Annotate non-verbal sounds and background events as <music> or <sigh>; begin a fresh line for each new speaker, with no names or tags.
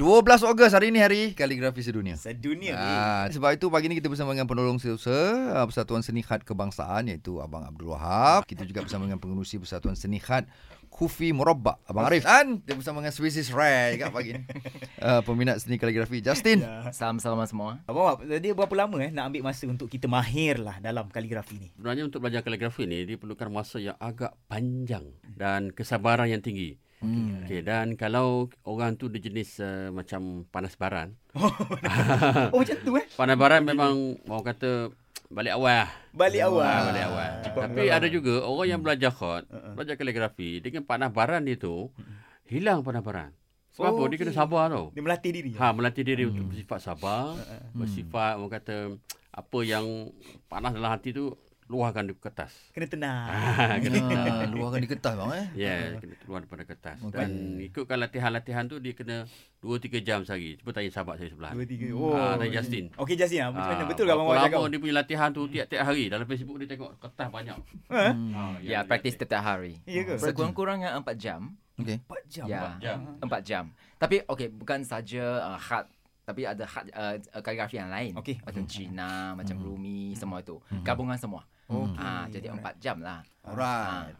12 Ogos hari ini hari kaligrafi sedunia.
Sedunia ni.
Ah, sebab itu pagi ni kita bersama dengan penolong setiausaha ah, Persatuan Seni Khat Kebangsaan iaitu Abang Abdul Wahab. Kita juga bersama dengan pengurusi Persatuan Seni Khat Kufi Murabba Abang Arif Dan kita bersama dengan Swiss is Rare juga pagi <laughs> ni Ah, Peminat seni kaligrafi Justin yeah.
Salam-salam semua.
Abang Wahab, jadi berapa lama eh nak ambil masa untuk kita mahir lah dalam kaligrafi ni?
Sebenarnya untuk belajar kaligrafi ni diperlukan masa yang agak panjang dan kesabaran yang tinggi. Hmm. Okey dan kalau orang tu dia jenis uh, macam panas baran. Ah.
Oh macam tu eh?
Panas baran memang orang kata balik awal lah.
Balik awal.
Ah, balik awal. Hmm. Tapi ada juga orang yang belajar khot, belajar kaligrafi dengan panas baran dia tu hilang panas baran.
Oh,
Sebab apa? Dia kena
okey.
sabar tau.
Dia melatih diri.
Ha melatih diri untuk bersifat sabar, bersifat orang kata apa yang panas dalam hati tu luahkan di kertas.
Kena tenang.
ah, Luahkan di kertas bang eh
<laughs>
Ya, yeah, kena keluar daripada kertas. Okay. Dan ikutkan latihan-latihan tu dia kena 2-3 jam sehari. Cuba tanya sahabat saya sebelah.
Dua, tiga.
Oh. Ah, tanya Justin.
Okey Justin, ah, macam mana?
Ah,
Betul ke Abang
berapa
Wahab
lama
cakap?
dia punya latihan tu tiap-tiap hari. Dalam Facebook dia tengok kertas banyak.
Ha?
Eh? Hmm.
Ah,
Ya, yeah, praktis setiap hari.
Ya ke?
Sekurang-kurangnya 4 jam.
okay.
Empat jam.
Ya,
jam.
4 jam. Tapi okey, bukan saja uh, khat tapi ada khat uh, kaligrafi yang lain.
Okey.
Macam Hmm. Cina, macam Rumi, semua itu. Gabungan semua.
Okey.
Ah, jadi 4 jam lah.
Alright